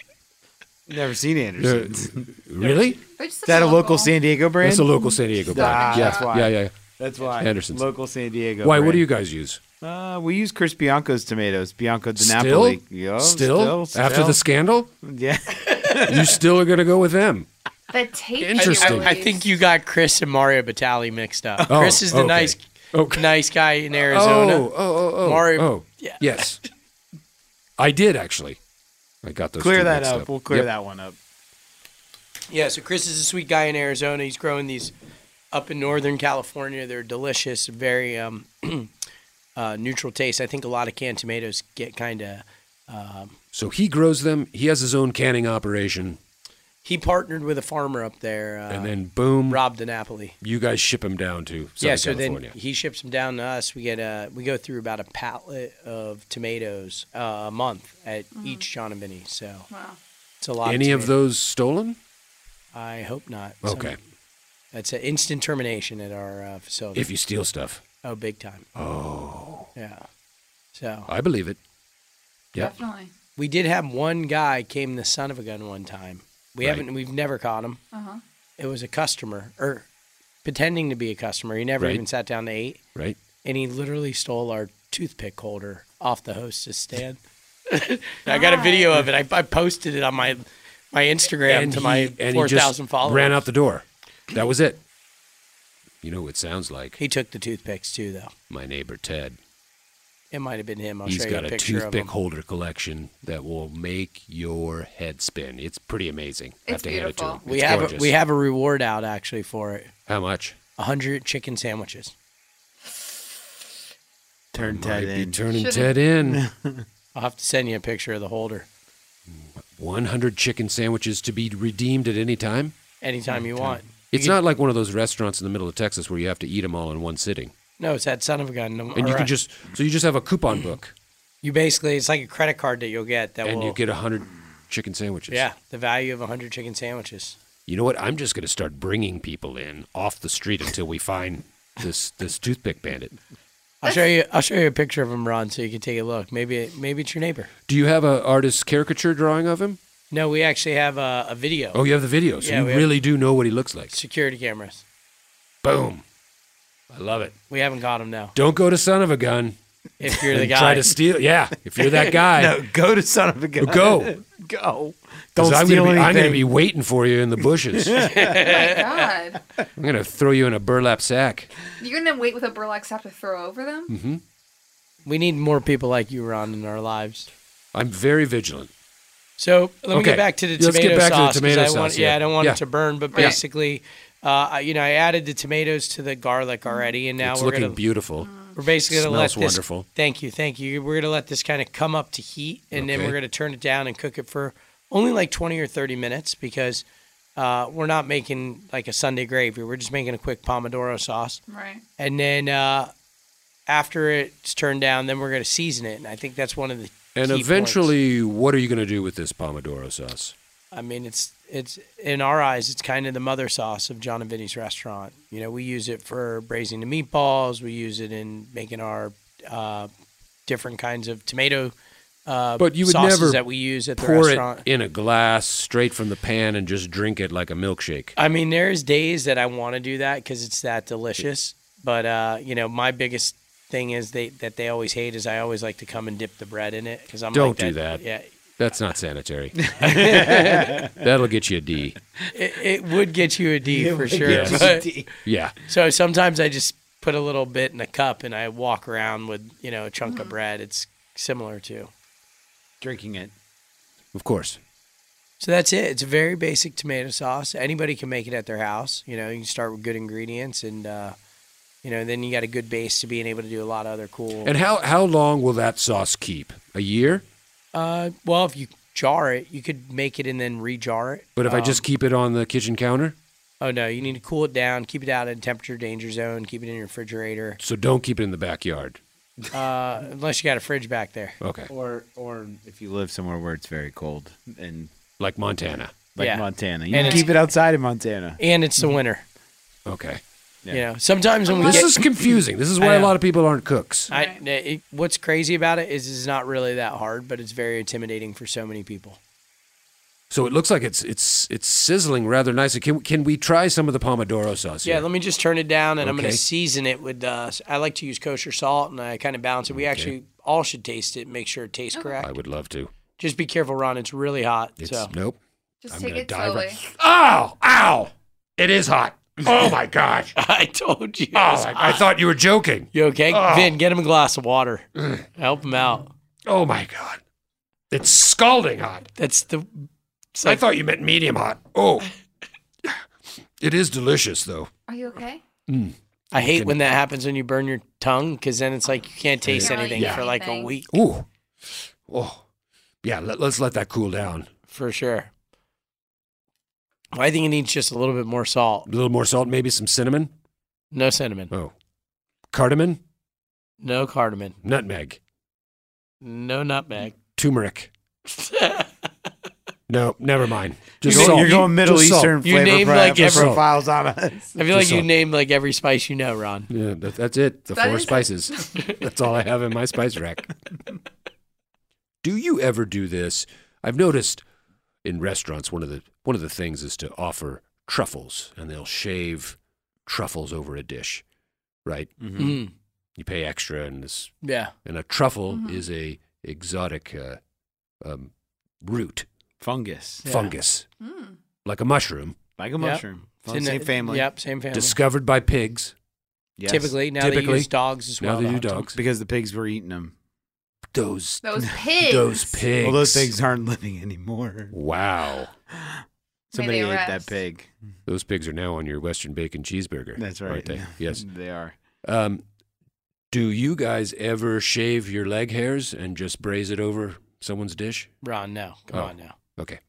S6: Never seen
S2: They're-
S6: Anderson's.
S2: really?
S3: They're just
S6: Is that a local San Diego brand?
S2: That's a local San Diego brand.
S6: Ah,
S2: yeah.
S6: that's why.
S2: yeah, yeah, yeah.
S6: That's why.
S2: Anderson's.
S6: Local San Diego.
S2: Why? What do you
S6: brand.
S2: guys use?
S6: Uh, we use Chris Bianco's tomatoes, Bianco di
S2: Still?
S6: Napoli. Yo,
S2: still, after the scandal,
S6: Oh, yeah,
S2: you still are going to go with them.
S3: The tape.
S2: Interesting.
S5: I, I think you got Chris and Mario Batali mixed up.
S2: Oh,
S5: Chris is the
S2: okay.
S5: nice,
S2: Okay.
S5: nice guy in Arizona.
S2: Oh, oh, oh, oh.
S5: Mario-
S2: Oh,
S5: yeah.
S2: Yes. I did actually. I got those.
S6: clear
S2: two
S6: that
S2: mixed
S6: up. We'll clear
S2: Yep.
S6: that one up.
S5: Yeah. So Chris is a sweet guy in Arizona. He's growing these up in Northern California. They're delicious, very um, uh, neutral taste. I think a lot of canned tomatoes get kind of.
S2: So he grows them. He has his own canning operation,
S5: He partnered with a farmer up there. Uh,
S2: and then boom,
S5: Rob DiNapoli.
S2: you guys ship him down to Southern
S5: yeah, so
S2: California.
S5: then he ships them down to us. We get uh we go through about a pallet of tomatoes uh, a month at each John and Vinny. So
S3: Wow.
S5: it's a lot.
S2: Any of
S5: tomatoes.
S2: those stolen?
S5: I hope not. Some-
S2: Okay.
S5: that's an instant termination at our uh, facility.
S2: If you steal stuff,
S5: oh, big time.
S2: oh,
S5: Yeah. So
S2: I believe it. Yep.
S3: Definitely.
S5: we did have one guy came the son of a gun one time. We
S2: Right.
S5: haven't. We've never caught him.
S3: Uh huh.
S5: It was a customer or pretending to be a customer. He never
S2: Right.
S5: even sat down to eat.
S2: Right.
S5: and he literally stole our toothpick holder off the hostess stand. I got a video of it. I, I posted it on my my Instagram to my
S2: and
S5: four
S2: just
S5: thousand followers.
S2: Ran out the door. That was it. You know what it sounds like?
S5: He took the toothpicks too, though.
S2: My neighbor Ted.
S5: It might have been him. I'll
S2: He's
S5: show
S2: got
S5: you a
S2: a
S5: picture of
S2: toothpick
S5: him.
S2: holder collection that will make your head spin. It's pretty amazing. I have
S3: It's
S2: to hand it to
S3: beautiful.
S2: him.
S5: We
S2: It's
S5: have a,
S2: gorgeous.
S5: we have a reward out actually for it.
S2: how much?
S5: hundred chicken sandwiches.
S6: Turn Ted
S2: Might be
S6: in.
S2: turning
S3: Should've-
S2: Ted in.
S5: I'll have to send you a picture of the holder
S2: 100 chicken sandwiches to be redeemed at any time.
S5: anytime you want.
S2: It's not like one of those restaurants in the middle of Texas where you have to eat them all in one sitting.
S5: No, it's that son of a gun.
S2: And you can just so you just have a coupon book
S5: you basically it's like a credit card that you'll get that
S2: and
S5: will
S2: you get 100 chicken sandwiches.
S5: yeah the value of hundred chicken sandwiches.
S2: You know what? I'm just going to start bringing people in off the street until we find this this toothpick bandit.
S5: I'll show you. I'll show you a picture of him, Ron, so you can take a look. Maybe maybe it's your neighbor.
S2: Do you have a artist's caricature drawing of him?
S5: No, we actually have a, a video.
S2: Oh, you have the video, so
S5: Yeah,
S2: you
S5: we have-
S2: really do know what he looks like.
S5: Security cameras.
S2: Boom! I love it.
S5: We haven't got him now.
S2: Don't go to son of a gun.
S5: If you're the
S2: and Try
S5: guy,
S2: to steal. Yeah, if you're that guy,
S6: No, go to son of a gun.
S2: Go.
S6: go.
S2: 'Cause
S6: Don't
S2: I'm
S6: steal
S2: gonna be,
S6: anything.
S2: I'm going to be waiting for you in the bushes. I'm
S3: God,
S2: going to throw you in a burlap sack.
S3: you're gonna wait with a burlap sack to throw over them?
S2: Mm-hmm.
S5: we need more people like you, Ron, in our lives.
S2: I'm very vigilant.
S5: So let me
S2: Okay.
S5: get back to the
S2: Let's get
S5: tomato
S2: back to the
S5: sauce. 'cause
S2: tomato
S5: I
S2: sauce,
S5: want,
S2: yeah.
S5: I don't want
S2: Yeah.
S5: it to burn, but
S3: Right.
S5: basically, uh, I- you know, I added the tomatoes to the garlic already, and now
S2: it's
S5: we're
S2: looking
S5: gonna Mm.
S2: beautiful.
S5: we're basically gonna let
S2: Smells
S5: this.
S2: wonderful.
S5: Thank you, thank you. We're gonna let this kind of come up to heat, and then
S2: Okay.
S5: we're gonna turn it down and cook it for only like twenty or thirty minutes because uh, we're not making like a Sunday gravy. We're just making a quick pomodoro sauce,
S3: Right.
S5: and then uh, after it's turned down, then we're gonna season it. And I think that's one of the
S2: And
S5: key points.
S2: eventually, what are you going to do with this pomodoro sauce?
S5: I mean, it's it's in our eyes, it's kind of the mother sauce of John and Vinny's restaurant. You know, we use it for braising the meatballs. We use it in making our uh, different kinds of tomato. Uh,
S2: But you would
S5: sauces
S2: never
S5: that we use at the
S2: Pour
S5: restaurant.
S2: it in a glass straight from the pan and just drink it like a milkshake.
S5: I mean, there's days that I want to do that because it's that delicious. But uh, you know, my biggest thing is they that they always hate is I always like to come and dip the bread in it because I'm
S2: Don't
S5: like
S2: do that.
S5: Yeah,
S2: That's not sanitary. That'll get you a D.
S5: it, it would get you a D for sure.
S2: get you a
S5: but-
S2: Yeah.
S5: So sometimes I just put a little bit in a cup and I walk around with, you know, a chunk of bread. It's similar to.
S6: drinking it.
S2: Of course.
S5: So that's it. It's a very basic tomato sauce. Anybody can make it at their house. You know, you can start with good ingredients and, uh, you know, then you got a good base to being able to do a lot of other cool.
S2: And how, how long will that sauce keep? A year?
S5: uh, well, if you jar it, you could make it and then rejar it.
S2: But if I just keep it on the kitchen counter,
S5: Oh no, you need to cool it down, keep it out in temperature danger zone, keep it in your refrigerator,
S2: so don't keep it in the backyard.
S5: uh, unless you got a fridge back there.
S2: Okay.
S6: Or or if you live somewhere where it's very cold and
S2: Like Montana.
S6: like
S5: Yeah.
S6: Montana, you
S5: And
S6: can
S5: it's-
S6: keep it outside of Montana. Mm-hmm.
S5: And it's the winter.
S2: Okay.
S5: You know, sometimes when we
S2: This
S5: get
S2: is confusing. This is
S5: I
S2: why a
S5: know.
S2: lot of people aren't cooks.
S5: I,
S3: Right.
S5: it, what's crazy about it is it's not really that hard, but it's very intimidating for so many people.
S2: So it looks like it's it's it's sizzling rather nicely. Can can we try some of the pomodoro sauce?
S5: Yeah,
S2: here?
S5: let me just turn it down, and I'm going
S2: Okay.
S5: to season it with. Uh, I like to use kosher salt, and I kind of balance it. We actually all should taste it, and make sure it tastes correct.
S2: I would love to.
S5: Just be careful, Ron. It's really hot.
S2: It's
S5: so
S2: nope.
S3: Just
S2: I'm
S3: take
S2: gonna
S3: it
S2: dive
S3: slowly.
S2: right- Oh, ow! It is hot. Oh my gosh! Oh,
S5: I Oh. told you.
S2: I, I thought you were joking.
S5: you okay, Vin? Get him a glass of water. Help him out.
S2: Oh my god! It's scalding hot.
S5: That's the. It's
S2: I
S5: like,
S2: thought you meant medium hot. Oh, it is delicious though.
S3: Are you okay?
S5: I hate when that happens when you burn your tongue, because then it's like you can't taste
S3: Can't really
S5: anything
S3: taste
S5: for like a
S3: anything.
S5: week
S2: Ooh, oh, yeah. Let, let's let that cool down.
S5: for sure. I think it needs just a little bit more salt.
S2: A little more salt, maybe some cinnamon.
S5: No cinnamon.
S2: Oh, cardamom,
S5: No cardamom.
S2: nutmeg,
S5: No nutmeg.
S2: turmeric. No, never mind. Just
S6: You're,
S2: salt.
S6: you're going Middle
S2: Just salt.
S6: Eastern
S5: You
S6: flavor
S5: named,
S6: pro-
S5: like, every-
S6: profiles on us.
S5: I feel like
S2: Just
S5: you
S2: salt.
S5: named like every spice you know, Ron.
S2: Yeah, that, that's it. The
S3: That
S2: four
S3: is it.
S2: spices. that's all I have in my spice rack. do you ever do this? I've noticed in restaurants one of the one of the things is to offer truffles, and they'll shave truffles over a dish, right?
S5: Mm.
S2: You pay extra, and this
S5: Yeah.
S2: and a truffle
S3: Mm-hmm.
S2: is a exotic uh, um, root
S6: Fungus,
S5: Yeah.
S2: fungus,
S3: Hmm.
S2: like a mushroom,
S6: like a
S5: Yep.
S6: mushroom,
S5: It's
S6: Fun-
S5: in
S6: same
S5: the-
S6: family.
S5: Yep, same family.
S2: discovered by pigs.
S6: Yes.
S5: Typically, now they
S2: Typically.
S5: use dogs as well.
S2: now they do
S5: to hunt
S2: dogs.
S6: because the pigs were eating them.
S2: Those
S3: Those pigs.
S2: Those pigs.
S6: Well, those pigs aren't living anymore.
S2: Wow.
S6: Somebody ate that
S3: rest.
S6: pig.
S2: Those pigs are now on your Western bacon cheeseburger.
S6: That's right.
S2: Yes.
S6: they are.
S2: Um, Do you guys ever shave your leg hairs and just braise it over someone's dish?
S5: Ron, no. Come
S2: Oh.
S5: on now.
S2: Okay.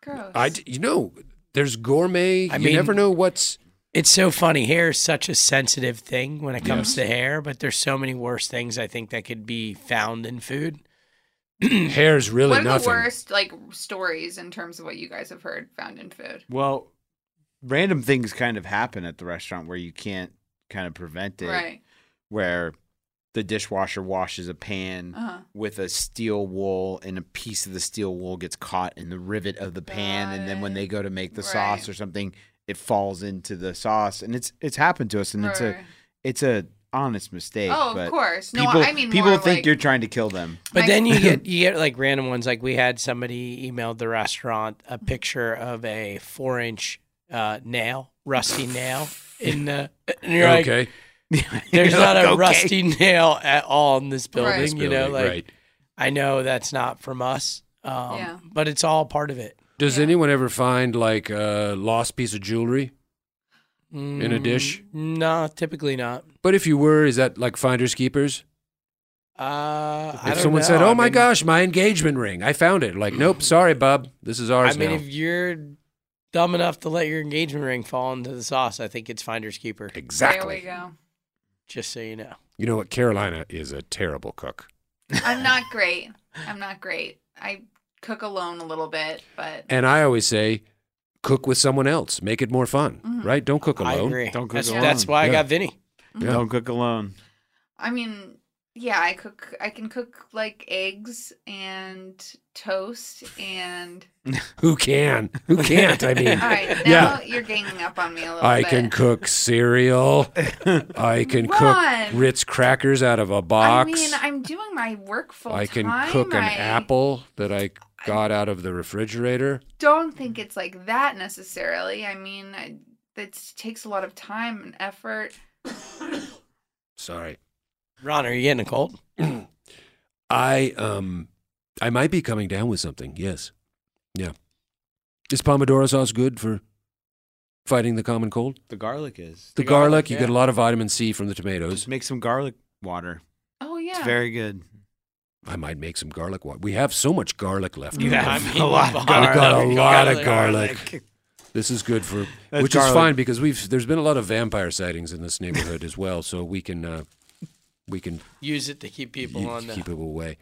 S3: Gross.
S2: I, d- you know, there's gourmet.
S5: I
S2: you
S5: mean-
S2: never know what's.
S5: It's so funny. Hair is such a sensitive thing when it comes
S2: Yes.
S5: to hair, but there's so many worse things I think that could be found in food.
S2: Hair's really
S3: what are
S2: nothing.
S3: the worst like stories in terms of what you guys have heard found in food?
S6: Well, random things kind of happen at the restaurant where you can't kind of prevent it.
S3: Right.
S6: Where the dishwasher washes a pan
S3: Uh-huh.
S6: with a steel wool, and a piece of the steel wool gets caught in the rivet of the pan, and then when they go to make the sauce
S3: Right.
S6: or something, it falls into the sauce, and it's it's happened to us, and it's a
S3: Right.
S6: it's a honest mistake.
S3: Oh, of
S6: but
S3: course. No,
S6: people,
S3: I mean
S6: people
S3: more
S6: think
S3: like-
S6: you're trying to kill them.
S5: But
S3: My-
S5: then you get you get like random ones. Like we had somebody emailed the restaurant a picture of a four inch uh, nail, rusty nail in the. And you're like,
S2: okay.
S5: there's
S6: You're
S5: not
S6: like,
S5: a
S6: "Okay."
S5: rusty nail at all in this building.
S3: Right.
S2: This
S5: You know,
S2: building,
S5: like
S2: right.
S5: I know that's not from us. Um,
S3: Yeah.
S5: But it's all part of it.
S2: Does anyone ever find like a lost piece of jewelry? In a dish?
S5: No, Mm, typically not.
S2: But if you were, is that like finders keepers?
S5: Uh, I
S2: If
S5: don't
S2: someone
S5: know.
S2: said,
S5: I
S2: "Oh my
S5: mean-
S2: gosh, my engagement ring, I found it," like, nope, sorry, bub, this is
S5: I
S2: ours
S5: mean,
S2: now.
S5: if you're dumb enough to let your engagement ring fall into the sauce, I think it's finder's keeper.
S2: exactly.
S3: There we go.
S5: Just so you know.
S2: You know what? Carolina is a terrible cook,
S3: I'm not great. I'm not great. I cook alone a little bit, but
S2: and I always say, cook with someone else, make it more fun,
S3: Mm-hmm.
S2: right? Don't cook alone.
S5: I agree.
S6: Don't cook
S5: that's,
S6: alone.
S5: that's why I
S2: Yeah.
S5: got Vinny.
S2: Yeah.
S6: Don't cook alone.
S3: I mean, yeah, I cook. I can cook like eggs and toast and.
S2: Who can? Who can't? I mean,
S3: All right, now
S2: yeah.
S3: you're ganging up on me a little
S2: I
S3: bit.
S2: can cook cereal. I can cook
S3: Ron!
S2: Ritz crackers out of a box.
S3: I mean, I'm doing my work full
S2: I can
S3: time.
S2: cook an
S3: I
S2: apple that I got out of the refrigerator.
S3: Don't think it's like that necessarily. I mean, I, it takes a lot of time and effort.
S2: Sorry.
S5: Ron, are you getting a cold?
S2: I um I might be coming down with something. Yes. Yeah. Is pomodoro sauce good for fighting the common cold?
S6: The garlic is.
S2: The,
S5: The
S2: garlic,
S5: garlic,
S2: you
S5: yeah.
S2: get a lot of vitamin C from the
S6: Just
S2: tomatoes.
S6: make some garlic water.
S3: Oh yeah.
S6: It's very good.
S2: I might make some garlic water. We have so much garlic left. over.
S5: a lot of
S2: garlic. got a lot of garlic. This is good for
S6: That's
S2: which is
S6: garlic.
S2: fine because we've there's been a lot of vampire sightings in this neighborhood as well, so we can uh we can
S5: Use it to keep people
S2: y-
S5: on the.
S2: keep people away.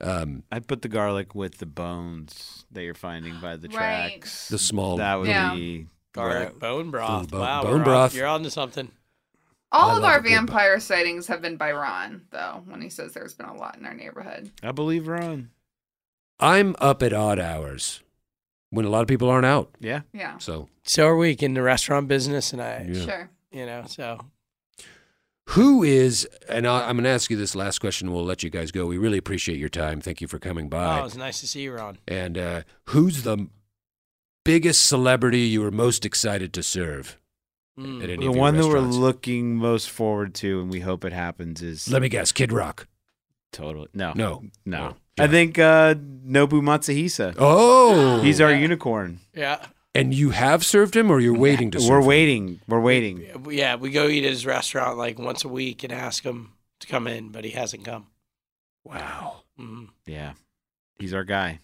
S2: Um
S6: I put the garlic with the bones that you're finding by the
S3: Right.
S6: tracks.
S2: the small
S6: that would
S3: Yeah.
S6: be
S5: Garlic
S6: where-
S5: bone broth.
S2: bone-
S5: wow,
S2: bone
S5: we're on-
S2: broth.
S5: you're on to something.
S3: All
S2: I
S3: of
S2: love
S3: our
S2: a good bu-
S3: vampire sightings have been by Ron, though, when he says there's been a lot in our neighborhood.
S6: I believe Ron.
S2: I'm up at odd hours when a lot of people aren't out.
S6: Yeah.
S3: Yeah.
S2: So,
S5: So are we in the restaurant business, and I,
S2: Yeah.
S3: Sure.
S5: you know, so
S2: who is, and I, I'm going to ask you this last question, we'll let you guys go. We really appreciate your time. Thank you for coming by.
S5: oh, it's nice to see you, Ron.
S2: and uh, who's the biggest celebrity you were most excited to serve
S5: Mm.
S2: at any
S6: The
S2: of your
S6: one that we're
S2: restaurants?
S6: looking most forward to and we hope it happens is
S2: Let me guess, Kid Rock.
S6: totally no.
S2: No.
S6: No.
S2: Yeah.
S6: I think uh Nobu Matsuhisa.
S2: Oh.
S6: He's our
S5: Yeah.
S6: unicorn.
S5: Yeah,
S2: and you have served him or you're waiting to serve
S6: We're
S2: him?
S6: waiting. We're waiting.
S5: yeah. We go eat at his restaurant like once a week and ask him to come in, but he hasn't come.
S2: Wow.
S5: Mm.
S6: Yeah. He's our guy.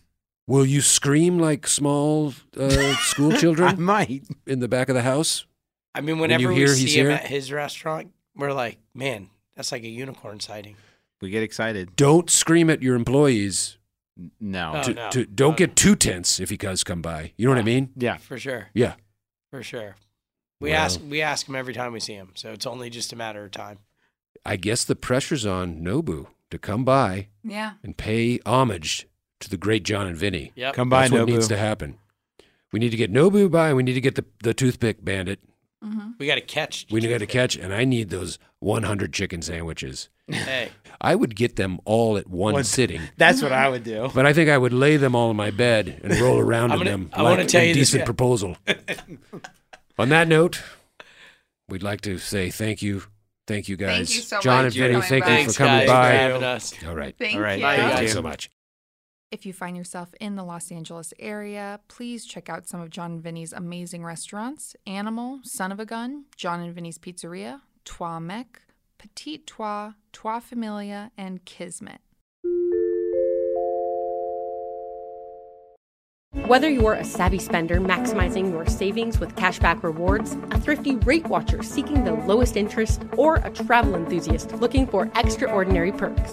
S2: Will you scream like small uh, school
S6: I
S2: children
S6: might.
S2: in the back of the house?
S5: I mean,
S2: When you
S5: whenever
S2: hear
S5: we
S2: he's
S5: see him
S2: here-
S5: at his restaurant, we're like, man, that's like a unicorn sighting.
S6: We get excited.
S2: Don't scream at your employees
S6: N- No.
S5: Oh,
S2: to,
S5: no.
S2: to don't
S5: Oh,
S2: get too tense if he does come by. You know what I mean?
S6: Yeah.
S5: For sure,
S2: Yeah.
S5: for sure. We
S2: Well.
S5: ask we ask him every time we see him, so it's only just a matter of time.
S2: I guess the pressure's on Nobu to come by
S3: Yeah.
S2: and pay homage to the great John and Vinny.
S5: Yep.
S6: Come by
S2: That's what
S6: Nobu.
S2: needs to happen. We need to get Nobu by. and We need to get the, the toothpick bandit.
S5: We got to catch.
S2: We got to catch, and I need those 100 chicken sandwiches.
S5: Hey,
S2: I would get them all at one
S6: One-
S2: sitting,
S6: That's what I would do.
S2: but I think I would lay them all in my bed and roll around
S5: I'm
S2: in
S5: gonna-
S2: them
S5: I
S2: like
S5: wanna tell you this,
S2: indecent
S5: yeah.
S2: proposal. on that note, we'd like to say thank you. Thank you guys.
S3: Thank you so
S2: John
S3: much
S2: and
S3: for
S2: Vinny,
S3: coming
S2: thank you
S3: by.
S5: thanks
S2: for coming
S5: guys
S2: by.
S5: for having us.
S2: All right.
S3: Thank
S6: All right,
S3: you.
S5: bye,
S2: Thank you
S5: guys.
S2: so much.
S4: If you find yourself in the Los Angeles area, please check out some of John and Vinny's amazing restaurants Animal, Son of a Gun, John and Vinny's Pizzeria, Trois Mec,
S3: Petite Trois, Trois Familia, and Kismet.
S7: Whether you're a savvy spender maximizing your savings with cashback rewards, a thrifty rate watcher seeking the lowest interest, or a travel enthusiast looking for extraordinary perks,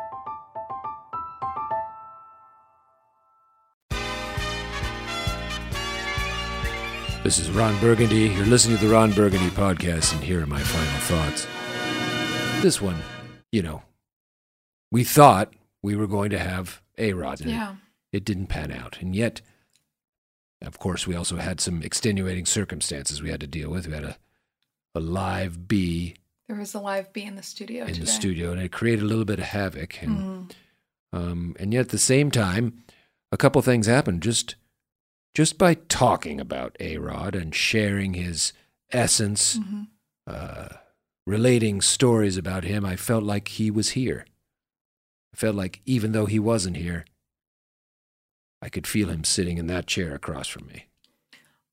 S2: This is Ron Burgundy. You're listening to the Ron Burgundy podcast, and here are my final thoughts. This one, you know, we thought we were going to have A Rod in
S3: Yeah.
S2: it. It didn't pan out. And yet, of course, we also had some extenuating circumstances we had to deal with. We had a, a live bee
S3: There was a live bee in the studio
S2: in
S3: today. Mm.
S2: the studio, and it created a little bit of havoc. And um, and yet at the same time, a couple things happened just just by talking about A Rod and sharing his essence,
S3: Mm-hmm.
S2: uh, relating stories about him. I felt like he was here. I felt like even though he wasn't here, I could feel him sitting in that chair across from me.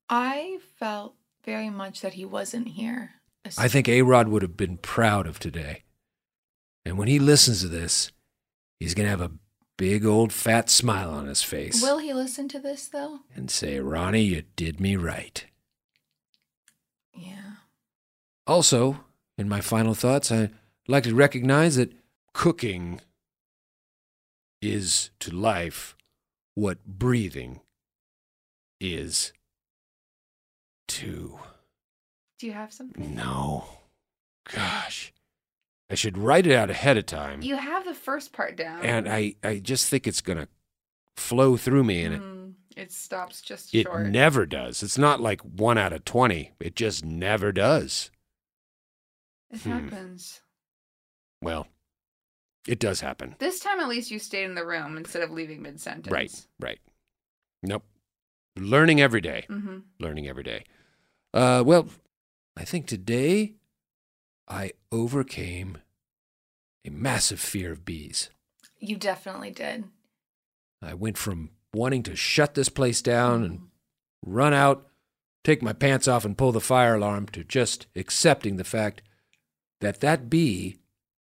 S3: I felt very much that he wasn't here.
S2: I think A Rod would have been proud of today. And when he listens to this, he's going to have a big old fat smile on his face
S3: Will he listen to this though?
S2: and say, Ronnie, you did me right.
S3: Yeah.
S2: Also, in my final thoughts, I'd like to recognize that cooking is to life what breathing is to.
S3: Do you have something?
S2: No. Gosh. I should write it out ahead of time.
S3: You have the first part down.
S2: Mm. and I, I just think it's going to flow through me and it,
S3: Mm, it stops just
S2: it
S3: short.
S2: never does. It's not like one out of 20. It just never does.
S3: it
S2: Hmm.
S3: happens.
S2: Well, it does happen.
S3: This time, at least, you stayed in the room instead of leaving mid sentence.
S2: Right, right. Nope. Learning every day.
S3: Mm-hmm.
S2: Learning every day. Uh, well, I think today I overcame a massive fear of bees.
S3: You definitely did.
S2: I went from wanting to shut this place down and run out, take my pants off, and pull the fire alarm to just accepting the fact that that bee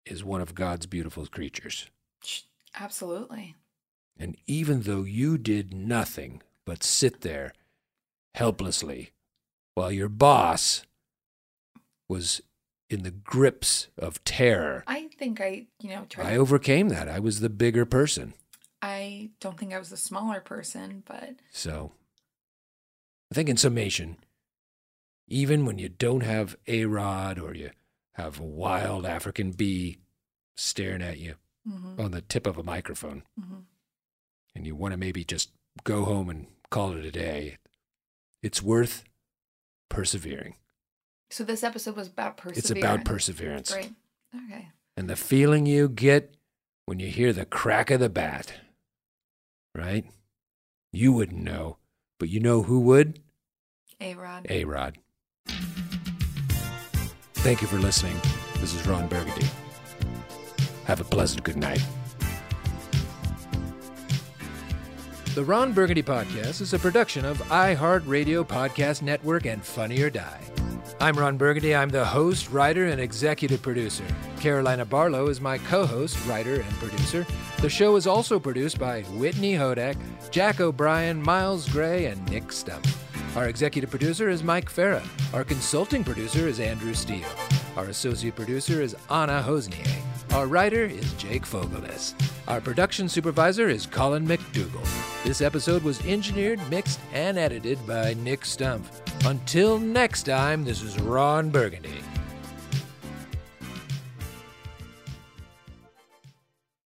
S2: is one of God's beautiful creatures.
S3: Sh- Absolutely.
S2: And even though you did nothing but sit there helplessly while your boss was in the grips of terror,
S3: I think I, you know, tried.
S2: I overcame that. I was the bigger person.
S3: I don't think I was a smaller person, but
S2: So I think, in summation, even when you don't have a rod or you have a wild African bee staring at you
S3: Mhm.
S2: on the tip of a microphone,
S3: Mhm.
S2: and you want to maybe just go home and call it a day, it's worth persevering.
S3: So this episode was about perseverance.
S2: It's about perseverance.
S3: Great. Okay.
S2: and the feeling you get when you hear the crack of the bat, right? You wouldn't know, but you know who would?
S3: A Rod.
S2: A Rod. Thank you for listening. This is Ron Burgundy. Have a pleasant good night. The Ron Burgundy Podcast is a production of iHeartRadio Podcast Network and Funny or Die. I'm Ron Burgundy. I'm the host, writer, and executive producer. Carolina Barlow is my co host, writer, and producer. The show is also produced by Whitney Hodak, Jack O'Brien, Miles Gray, and Nick Stump. Our executive producer is Mike Farah. Our consulting producer is Andrew Steele. Our associate producer is Anna Hosnier. Our writer is Jake Fogelness. Our production supervisor is Colin McDougall. This episode was engineered, mixed, and edited by Nick Stumpf. Until next time, this is Ron Burgundy.